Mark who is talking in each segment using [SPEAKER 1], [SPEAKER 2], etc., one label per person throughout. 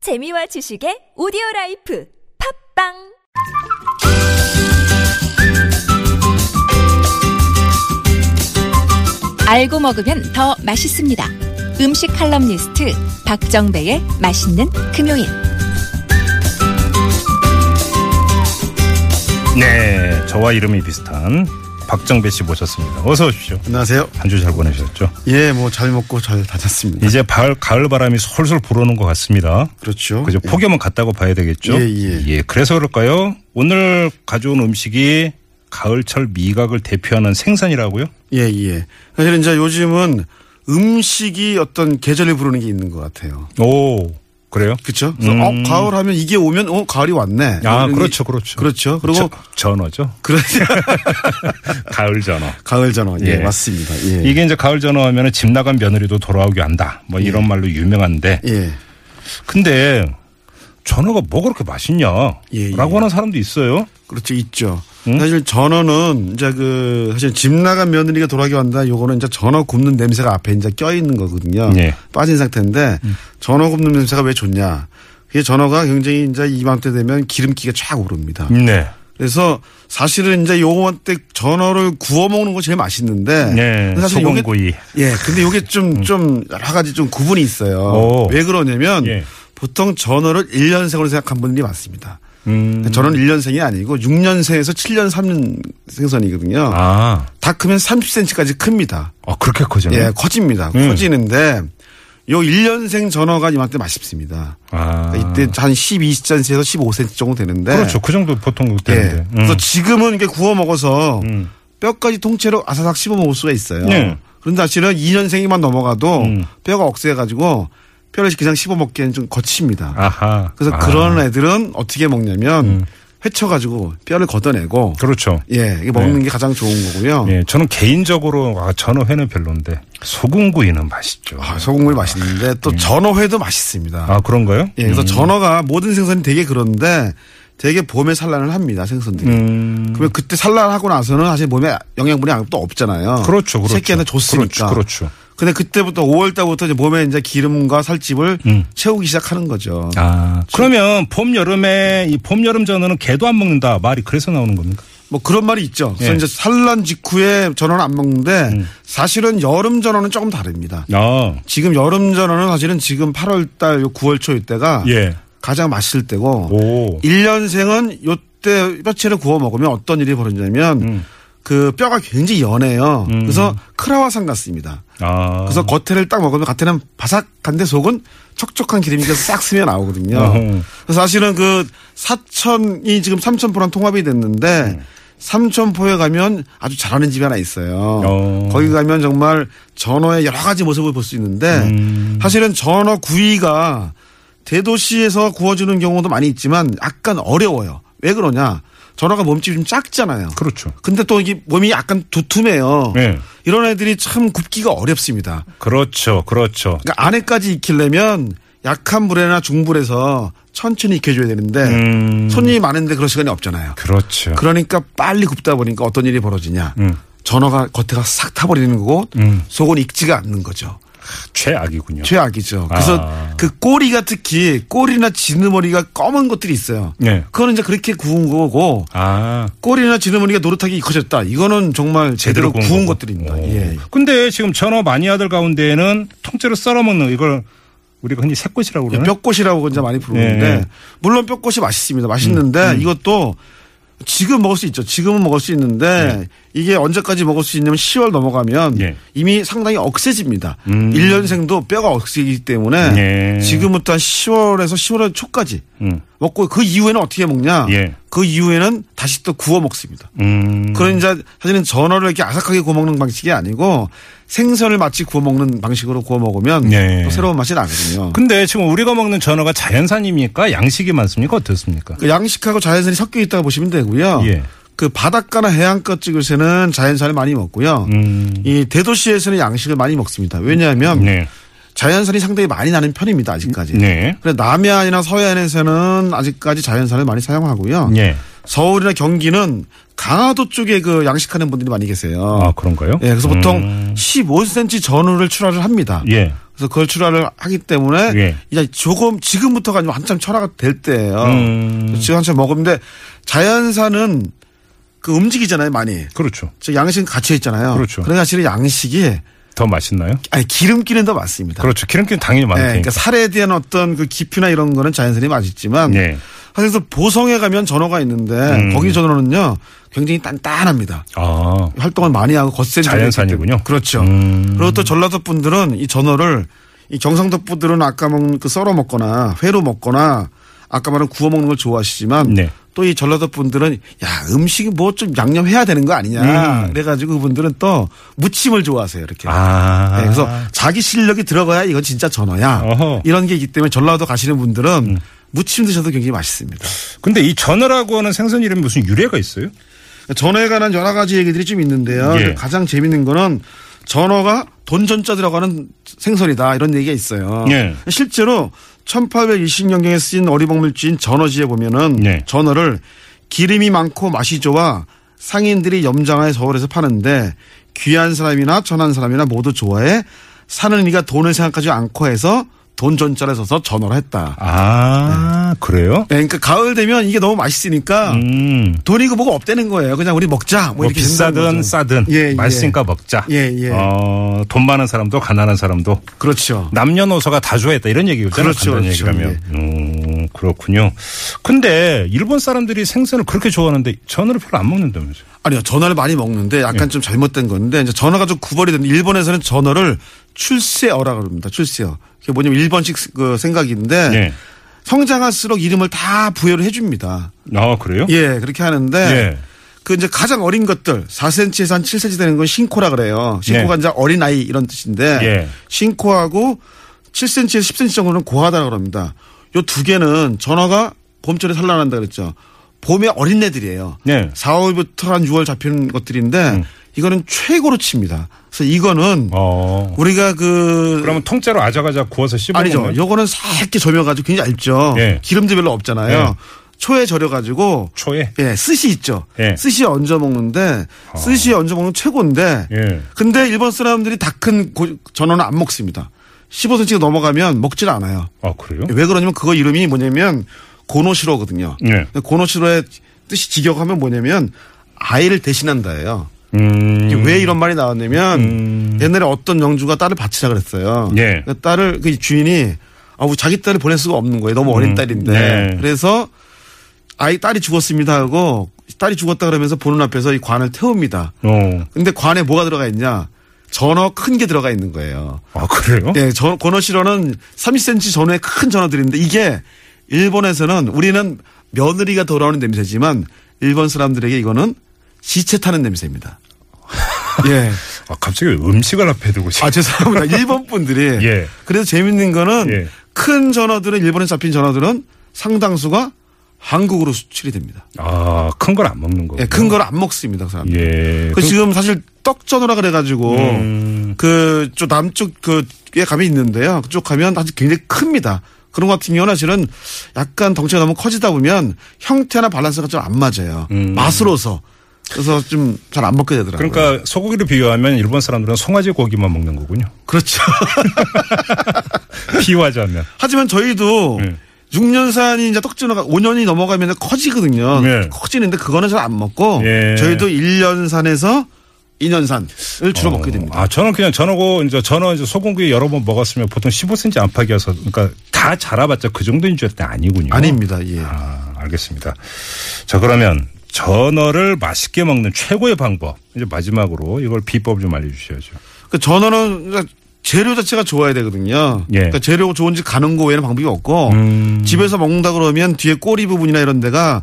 [SPEAKER 1] 재미와 지식의 오디오 라이프 팝빵
[SPEAKER 2] 알고 먹으면 더 맛있습니다. 음식 칼럼니스트 박정배의 맛있는 금요일.
[SPEAKER 3] 네, 저와 이름이 비슷한 박정배 씨 모셨습니다. 어서 오십시오.
[SPEAKER 4] 안녕하세요.
[SPEAKER 3] 한 주 잘 보내셨죠?
[SPEAKER 4] 예, 뭐 잘 먹고 잘 다녔습니다.
[SPEAKER 3] 이제 가을, 가을 바람이 솔솔 불어오는 것 같습니다.
[SPEAKER 4] 그렇죠.
[SPEAKER 3] 그죠?
[SPEAKER 4] 예.
[SPEAKER 3] 폭염은 갔다고 봐야 되겠죠?
[SPEAKER 4] 예, 예.
[SPEAKER 3] 그래서 그럴까요? 오늘 가져온 음식이 가을철 미각을 대표하는 생선이라고요?
[SPEAKER 4] 예, 예. 사실은 이제 요즘은 음식이 어떤 계절을 부르는 게 있는 것 같아요.
[SPEAKER 3] 오, 그래요?
[SPEAKER 4] 그렇죠? 그래서 어, 가을 하면 이게 오면 어, 가을이 왔네.
[SPEAKER 3] 음. 아,
[SPEAKER 4] 이런 게-
[SPEAKER 3] 그렇죠, 그렇죠.
[SPEAKER 4] 그렇죠. 그리고
[SPEAKER 3] 저- 전어죠.
[SPEAKER 4] 그렇죠.
[SPEAKER 3] 가을 전어.
[SPEAKER 4] 가을 전어. 예,
[SPEAKER 3] 예.
[SPEAKER 4] 맞습니다. 예.
[SPEAKER 3] 이게 이제 가을 전어 하면 집 나간 며느리도 돌아오게 한다. 뭐 이런 말로 유명한데.
[SPEAKER 4] 예.
[SPEAKER 3] 근데 전어가 뭐 그렇게 맛있냐?
[SPEAKER 4] 예, 예.
[SPEAKER 3] 라고 하는 사람도 있어요.
[SPEAKER 4] 그렇죠. 있죠. 사실 전어는 이제 그 사실 집 나간 며느리가 돌아게 왔다. 요거는 이제 전어 굽는 냄새가 앞에 이제 껴 있는 거거든요.
[SPEAKER 3] 예.
[SPEAKER 4] 빠진 상태인데 전어 굽는 냄새가 왜 좋냐? 그게 전어가 굉장히 이제 이맘때 되면 기름기가 쫙 오릅니다.
[SPEAKER 3] 네.
[SPEAKER 4] 그래서 사실은 이제 요맘때 전어를 구워 먹는 거 제일 맛있는데
[SPEAKER 3] 네,
[SPEAKER 4] 요게-
[SPEAKER 3] 소금구이.
[SPEAKER 4] 예, 근데 요게 좀 좀 여러 가지 좀 구분이 있어요.
[SPEAKER 3] 음. 오.
[SPEAKER 4] 왜 그러냐면
[SPEAKER 3] 예.
[SPEAKER 4] 보통 전어를 1년생으로 생각한 분들이 많습니다.
[SPEAKER 3] 음.
[SPEAKER 4] 저는 1년생이 아니고 6년생에서 7년, 3년 생선이거든요.
[SPEAKER 3] 아,
[SPEAKER 4] 다 크면 30cm까지 큽니다.
[SPEAKER 3] 아 그렇게 커지네.
[SPEAKER 4] 예, 커집니다.
[SPEAKER 3] 음.
[SPEAKER 4] 커지는데 요 1년생 전어가 이맘때 맛있습니다. 그러니까
[SPEAKER 3] 아,
[SPEAKER 4] 이때 한 12cm에서 15cm 정도 되는데
[SPEAKER 3] 그렇죠. 그 정도 보통
[SPEAKER 4] 예.
[SPEAKER 3] 되는데. 음.
[SPEAKER 4] 그래서 지금은 이렇게 구워 먹어서 뼈까지 통째로 아사삭 씹어 먹을 수가 있어요.
[SPEAKER 3] 네.
[SPEAKER 4] 그런데 사실은 2년생이만 넘어가도
[SPEAKER 3] 음.
[SPEAKER 4] 뼈가 억세가지고 뼈를 그냥 씹어 먹기에는 좀 거칩니다.
[SPEAKER 3] 아하.
[SPEAKER 4] 그래서
[SPEAKER 3] 아, 음.
[SPEAKER 4] 그런 애들은 어떻게 먹냐면 헤쳐가지고 뼈를 걷어내고
[SPEAKER 3] 그렇죠.
[SPEAKER 4] 예, 이게 먹는 게 가장 좋은 거고요.
[SPEAKER 3] 예, 저는 개인적으로 아, 전어회는 별론데 소금구이는 맛있죠.
[SPEAKER 4] 아, 소금물 맛있는데 또 전어회도 맛있습니다.
[SPEAKER 3] 예. 아, 그런가요?
[SPEAKER 4] 예, 그래서 전어가 모든 생선이 되게 그런데 되게 봄에 산란을 합니다 생선들이.
[SPEAKER 3] 음.
[SPEAKER 4] 그러면 그때 산란하고 나서는 사실 몸에 영양분이 아무것도 없잖아요.
[SPEAKER 3] 그렇죠, 그렇죠.
[SPEAKER 4] 새끼한테 줬으니까.
[SPEAKER 3] 그렇죠, 그렇죠.
[SPEAKER 4] 근데 그때부터 5월 달부터 이제 몸에 이제 기름과 살집을 채우기 시작하는 거죠.
[SPEAKER 3] 음. 아, 그러면 봄 여름에 이 봄 여름 전어는 개도 안 먹는다 말이 그래서 나오는 겁니까?
[SPEAKER 4] 뭐 그런 말이 있죠. 그래서
[SPEAKER 3] 예. 음.
[SPEAKER 4] 이제 산란 직후에 전어는 안 먹는데 사실은 여름 전어는 조금 다릅니다.
[SPEAKER 3] 아,
[SPEAKER 4] 지금 여름 전어는 사실은 지금 8월 달 9월 초 이때가
[SPEAKER 3] 예.
[SPEAKER 4] 가장 맛있을 때고
[SPEAKER 3] 오.
[SPEAKER 4] 1년생은 요때 뼈채를 구워 먹으면 어떤 일이 벌어지냐면 그 뼈가 굉장히 연해요. 그래서 크라와상 같습니다.
[SPEAKER 3] 아,
[SPEAKER 4] 그래서 겉에를 딱 먹으면 겉에는 바삭한데 속은 촉촉한 기름이 가싹 스며 나오거든요.
[SPEAKER 3] 어허.
[SPEAKER 4] 그래서 사실은 그 사천이 지금 삼천포랑 통합이 됐는데 삼천포에 가면 아주 잘하는 집이 하나 있어요.
[SPEAKER 3] 어.
[SPEAKER 4] 거기 가면 정말 전어의 여러 가지 모습을 볼 수 있는데 사실은 전어 구이가 대도시에서 구워주는 경우도 많이 있지만 약간 어려워요. 왜 그러냐? 전어가 몸집이 좀 작잖아요.
[SPEAKER 3] 그렇죠.
[SPEAKER 4] 근데 또 이게 몸이 약간 두툼해요.
[SPEAKER 3] 예.
[SPEAKER 4] 이런 애들이 참 굽기가 어렵습니다.
[SPEAKER 3] 그렇죠, 그렇죠.
[SPEAKER 4] 그러니까 안에까지 익히려면 약한 불에나 중불에서 천천히 익혀줘야 되는데 손님이 많은데 그럴 시간이 없잖아요.
[SPEAKER 3] 그렇죠.
[SPEAKER 4] 그러니까 빨리 굽다 보니까 어떤 일이 벌어지냐. 전어가 겉에가 싹 타버리는 거고 속은 익지가 않는 거죠.
[SPEAKER 3] 최악이군요.
[SPEAKER 4] 그 최악이죠. 그래서
[SPEAKER 3] 아.
[SPEAKER 4] 그 꼬리가 특히 꼬리나 지느머리가 검은 것들이 있어요.
[SPEAKER 3] 네.
[SPEAKER 4] 그거는 이제 그렇게 구운 거고
[SPEAKER 3] 아,
[SPEAKER 4] 꼬리나 지느머리가 노릇하게 익혀졌다. 이거는 정말 제대로, 구운, 것들입니다.
[SPEAKER 3] 오.
[SPEAKER 4] 예.
[SPEAKER 3] 근데 지금 전어 마니아들 가운데에는 통째로 썰어먹는 이걸 우리가 흔히 새꽃이라고
[SPEAKER 4] 예,
[SPEAKER 3] 그러나요?
[SPEAKER 4] 뼈꽃이라고 이제 많이 부르는데
[SPEAKER 3] 예. 음,
[SPEAKER 4] 물론 뼈꽃이 맛있습니다. 맛있는데 이것도 지금 먹을 수 있죠. 지금은 먹을 수 있는데 이게 언제까지 먹을 수 있냐면 10월 넘어가면
[SPEAKER 3] 예. 음.
[SPEAKER 4] 이미 상당히 억세집니다. 일 1년생도 뼈가 억세기 때문에
[SPEAKER 3] 예. 음.
[SPEAKER 4] 지금부터 한 10월에서 11월 초까지 먹고 그 이후에는 어떻게 먹냐?
[SPEAKER 3] 예.
[SPEAKER 4] 그 이후에는 다시 또 구워 먹습니다.
[SPEAKER 3] 음.
[SPEAKER 4] 그런 이제 사실은 전어를 이렇게 아삭하게 구워 먹는 방식이 아니고 생선을 마치 구워 먹는 방식으로 구워 먹으면
[SPEAKER 3] 예.
[SPEAKER 4] 또 새로운 맛이 나거든요.
[SPEAKER 3] 근데 지금 우리가 먹는 전어가 자연산입니까? 양식이 많습니까? 어떻습니까?
[SPEAKER 4] 그 양식하고 자연산이 섞여 있다고 보시면 되고요.
[SPEAKER 3] 예.
[SPEAKER 4] 그 바닷가나 해안가 쪽에서는 자연산을 많이 먹고요.
[SPEAKER 3] 음.
[SPEAKER 4] 이 대도시에서는 양식을 많이 먹습니다. 왜냐하면
[SPEAKER 3] 네.
[SPEAKER 4] 자연산이 상당히 많이 나는 편입니다. 아직까지.
[SPEAKER 3] 네.
[SPEAKER 4] 그래 남해안이나 서해안에서는 아직까지 자연산을 많이 사용하고요.
[SPEAKER 3] 예.
[SPEAKER 4] 서울이나 경기는 강화도 쪽에 그 양식하는 분들이 많이 계세요.
[SPEAKER 3] 아, 그런가요?
[SPEAKER 4] 예, 그래서 보통
[SPEAKER 3] 음.
[SPEAKER 4] 15cm 전후를 출하를 합니다.
[SPEAKER 3] 예.
[SPEAKER 4] 그래서 그걸 출하를 하기 때문에
[SPEAKER 3] 예.
[SPEAKER 4] 이제 조금 지금부터가 아니면 한참 철화가 될 때예요.
[SPEAKER 3] 음.
[SPEAKER 4] 지금 한참 먹으면 자연산은 그 움직이잖아요, 많이.
[SPEAKER 3] 그렇죠.
[SPEAKER 4] 즉 양식 갇혀 있잖아요.
[SPEAKER 3] 그렇죠.
[SPEAKER 4] 그러니까 사실은 양식이
[SPEAKER 3] 더 맛있나요?
[SPEAKER 4] 아니 기름기는 더 많습니다.
[SPEAKER 3] 그렇죠. 기름기는 당연히 많을
[SPEAKER 4] 예,
[SPEAKER 3] 테니까.
[SPEAKER 4] 그러니까 살에 대한 어떤 그 깊이나 이런 거는 자연산이 맛있지만
[SPEAKER 3] 예. 음.
[SPEAKER 4] 사실 그 보성에 가면 전어가 있는데 거기 전어는요 굉장히 단단합니다.
[SPEAKER 3] 아.
[SPEAKER 4] 활동을 많이 하고 거센 전어이기
[SPEAKER 3] 자연산이군요.
[SPEAKER 4] 때문에. 그렇죠. 그리고 또 전라도 분들은 이 전어를 이 경상도 분들은 아까 먹은 그 썰어 먹거나 회로 먹거나 아까 말한 구워 먹는 걸 좋아하시지만
[SPEAKER 3] 네.
[SPEAKER 4] 또 이 전라도 분들은 야 음식이 뭐 좀 양념해야 되는 거 아니냐 그래가지고 그분들은 또 무침을 좋아하세요 이렇게.
[SPEAKER 3] 아.
[SPEAKER 4] 네, 그래서 자기 실력이 들어가야 이건 진짜 전어야
[SPEAKER 3] 어허.
[SPEAKER 4] 이런 게 있기 때문에 전라도 가시는 분들은 무침 드셔도 굉장히 맛있습니다.
[SPEAKER 3] 근데 이 전어라고 하는 생선 이름이 무슨 유래가 있어요?
[SPEAKER 4] 전어에 관한 여러 가지 얘기들이 좀 있는데요. 그
[SPEAKER 3] 예.
[SPEAKER 4] 가장 재밌는 거는 전어가 돈전자 들어가는 생선이다 이런 얘기가 있어요.
[SPEAKER 3] 예.
[SPEAKER 4] 실제로 1820년경에 쓰인 어리복물지인 전어지에 보면은
[SPEAKER 3] 예.
[SPEAKER 4] 전어를 기름이 많고 맛이 좋아 상인들이 염장하여 서울에서 파는데 귀한 사람이나 천한 사람이나 모두 좋아해 사는 이가 돈을 생각하지 않고 해서 돈전자를 써서 전어를 했다.
[SPEAKER 3] 아, 그래요?
[SPEAKER 4] 예, 그러니까 가을 되면 이게 너무 맛있으니까
[SPEAKER 3] 음.
[SPEAKER 4] 돈이고 뭐고 없다는 거예요. 그냥 우리 먹자. 뭐,
[SPEAKER 3] 뭐
[SPEAKER 4] 이렇게 된다는
[SPEAKER 3] 비싸든
[SPEAKER 4] 거죠.
[SPEAKER 3] 싸든
[SPEAKER 4] 예, 예.
[SPEAKER 3] 맛있으니까 먹자.
[SPEAKER 4] 예, 예.
[SPEAKER 3] 어, 돈 많은 사람도 가난한 사람도
[SPEAKER 4] 그렇죠.
[SPEAKER 3] 남녀노소가 다 좋아했다 이런 얘기잖아요.
[SPEAKER 4] 그렇죠,
[SPEAKER 3] 간단히
[SPEAKER 4] 그렇죠.
[SPEAKER 3] 얘기하면. 음, 그렇군요. 근데 일본 사람들이 생선을 그렇게 좋아하는데 전어를 별로 안 먹는다면서요.
[SPEAKER 4] 아니요. 전어를 많이 먹는데
[SPEAKER 3] 예.
[SPEAKER 4] 약간 좀 잘못된 건데 이제 전어가 좀 구벌이 되는 일본에서는 전어를 출세어라 그럽니다. 출세어. 그게 뭐냐면 일본식 그 생각인데
[SPEAKER 3] 예.
[SPEAKER 4] 성장할수록 이름을 다 부여를 해줍니다.
[SPEAKER 3] 아, 그래요?
[SPEAKER 4] 예, 그렇게 하는데
[SPEAKER 3] 예.
[SPEAKER 4] 그 이제 가장 어린 것들 4cm에서 한 7cm 되는 건 신코라 그래요. 신코가
[SPEAKER 3] 예.
[SPEAKER 4] 이제 어린 아이 이런 뜻인데
[SPEAKER 3] 예.
[SPEAKER 4] 신코하고 7cm에서 10cm 정도는 고하다고 합니다. 요 두 개는 전어가 봄철에 산란한다 그랬죠. 봄에 어린 애들이에요.
[SPEAKER 3] 예. 음.
[SPEAKER 4] 4월부터 한 6월 잡히는 것들인데 이거는 최고로 칩니다. 그래서 이거는
[SPEAKER 3] 어.
[SPEAKER 4] 우리가 그
[SPEAKER 3] 그러면 통째로 아자아자 구워서 씹어
[SPEAKER 4] 아니죠.
[SPEAKER 3] 먹는
[SPEAKER 4] 요거는 살게 절여가지고 굉장히 얇죠.
[SPEAKER 3] 예.
[SPEAKER 4] 기름도 별로 없잖아요.
[SPEAKER 3] 예.
[SPEAKER 4] 초에 절여가지고
[SPEAKER 3] 초에?
[SPEAKER 4] 예, 스시 있죠.
[SPEAKER 3] 예. 아.
[SPEAKER 4] 스시에 얹어 먹는데 스시에 얹어 먹는 최고인데
[SPEAKER 3] 예.
[SPEAKER 4] 근데 일본 사람들이 다 큰 전어는 안 먹습니다. 15cm 넘어가면 먹질 않아요.
[SPEAKER 3] 아, 그래요?
[SPEAKER 4] 왜 그러냐면 그거 이름이 뭐냐면 고노시로거든요.
[SPEAKER 3] 예.
[SPEAKER 4] 근데 고노시로의 뜻이 직역하면 뭐냐면 아이를 대신한다예요.
[SPEAKER 3] 음.
[SPEAKER 4] 이게 왜 이런 말이 나왔냐면 옛날에 어떤 영주가 딸을 바치라 그랬어요.
[SPEAKER 3] 예.
[SPEAKER 4] 그 딸을 그 주인이 아우 자기 딸을 보낼 수가 없는 거예요. 너무 어린 딸인데
[SPEAKER 3] 음. 네.
[SPEAKER 4] 그래서 아이 딸이 죽었습니다 하고 딸이 죽었다 그러면서 보는 앞에서 이 관을 태웁니다.
[SPEAKER 3] 어.
[SPEAKER 4] 근데 관에 뭐가 들어가 있냐? 전어 큰 게 들어가 있는 거예요.
[SPEAKER 3] 아, 그래요?
[SPEAKER 4] 예, 전 권어 실어는 30cm 전후에 큰 전어들인데 이게 일본에서는 우리는 며느리가 돌아오는 냄새지만 일본 사람들에게 이거는 시체 타는 냄새입니다. 예.
[SPEAKER 3] 아, 갑자기 왜 음식을 앞에 두고
[SPEAKER 4] 아, 죄송합니다. 일본 분들이.
[SPEAKER 3] 예.
[SPEAKER 4] 그래서 재밌는 거는
[SPEAKER 3] 예.
[SPEAKER 4] 큰 전어들은 일본에 잡힌 전어들은 상당수가 한국으로 수출이 됩니다.
[SPEAKER 3] 아, 큰 걸 안 먹는 거고.
[SPEAKER 4] 예, 큰 걸 안 먹습니다. 그 사람.
[SPEAKER 3] 예.
[SPEAKER 4] 그
[SPEAKER 3] 그럼- 음.
[SPEAKER 4] 지금 사실 떡전어라 그래가지고 그저 남쪽 그에 가면 있는데요. 그쪽 가면 아주 굉장히 큽니다. 그런 것 같은 경우는 사실은 약간 덩치가 너무 커지다 보면 형태나 밸런스가 좀 안 맞아요. 맛으로서 그래서 좀 잘 안 먹게 되더라고요.
[SPEAKER 3] 음. 그러니까 소고기를 비유하면 일본 사람들은 송아지 고기만 먹는 거군요.
[SPEAKER 4] 그렇죠.
[SPEAKER 3] 비유하자면.
[SPEAKER 4] 하지만 저희도
[SPEAKER 3] 네.
[SPEAKER 4] 6년산이 이제 떡전어가 5년이 넘어가면 커지거든요.
[SPEAKER 3] 네.
[SPEAKER 4] 커지는데 그거는 잘 안 먹고
[SPEAKER 3] 예.
[SPEAKER 4] 저희도 1년산에서 2년산을 주로 먹게 됩니다.
[SPEAKER 3] 아, 저는 그냥 전어고 이제 전어 이제 소고기 여러 번 먹었으면 보통 15cm 안팎이어서 그러니까 다 자라봤자 그 정도인 줄 알았는데 아니군요.
[SPEAKER 4] 아닙니다. 예.
[SPEAKER 3] 아, 알겠습니다. 자, 그러면 전어를 맛있게 먹는 최고의 방법. 이제 마지막으로 이걸 비법 좀 알려 주셔야죠.
[SPEAKER 4] 그 전어는 그러니까 재료 자체가 좋아야 되거든요.
[SPEAKER 3] 예. 음.
[SPEAKER 4] 그러니까 재료 좋은지 가는 거 외에는 방법이 없고 집에서 먹는다 그러면 뒤에 꼬리 부분이나 이런 데가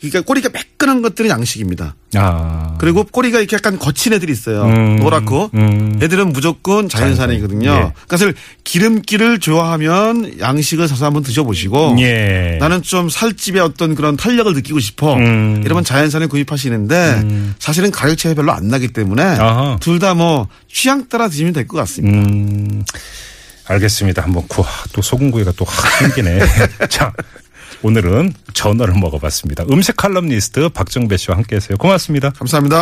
[SPEAKER 4] 그러니까 꼬리가 매끈한 것들은 양식입니다.
[SPEAKER 3] 아.
[SPEAKER 4] 그리고 꼬리가 이렇게 약간 거친 애들이 있어요.
[SPEAKER 3] 음.
[SPEAKER 4] 노랗고
[SPEAKER 3] 음.
[SPEAKER 4] 애들은 무조건 자연산이거든요.
[SPEAKER 3] 자연산. 예.
[SPEAKER 4] 그러니까 사실 기름기를 좋아하면 양식을 사서 한번 드셔보시고
[SPEAKER 3] 예.
[SPEAKER 4] 나는 좀 살집의 어떤 그런 탄력을 느끼고 싶어.
[SPEAKER 3] 음.
[SPEAKER 4] 이러면 자연산을 구입하시는데 사실은 가격 차이 별로 안 나기 때문에
[SPEAKER 3] 아하.
[SPEAKER 4] 둘 다 뭐 취향 따라 드시면 될 것 같습니다.
[SPEAKER 3] 음, 알겠습니다. 한번 구, 또 소금구이가 또 확 끊기네. 자, 오늘은 전어를 먹어봤습니다. 음식 칼럼니스트 박정배 씨와 함께했어요. 고맙습니다.
[SPEAKER 4] 감사합니다.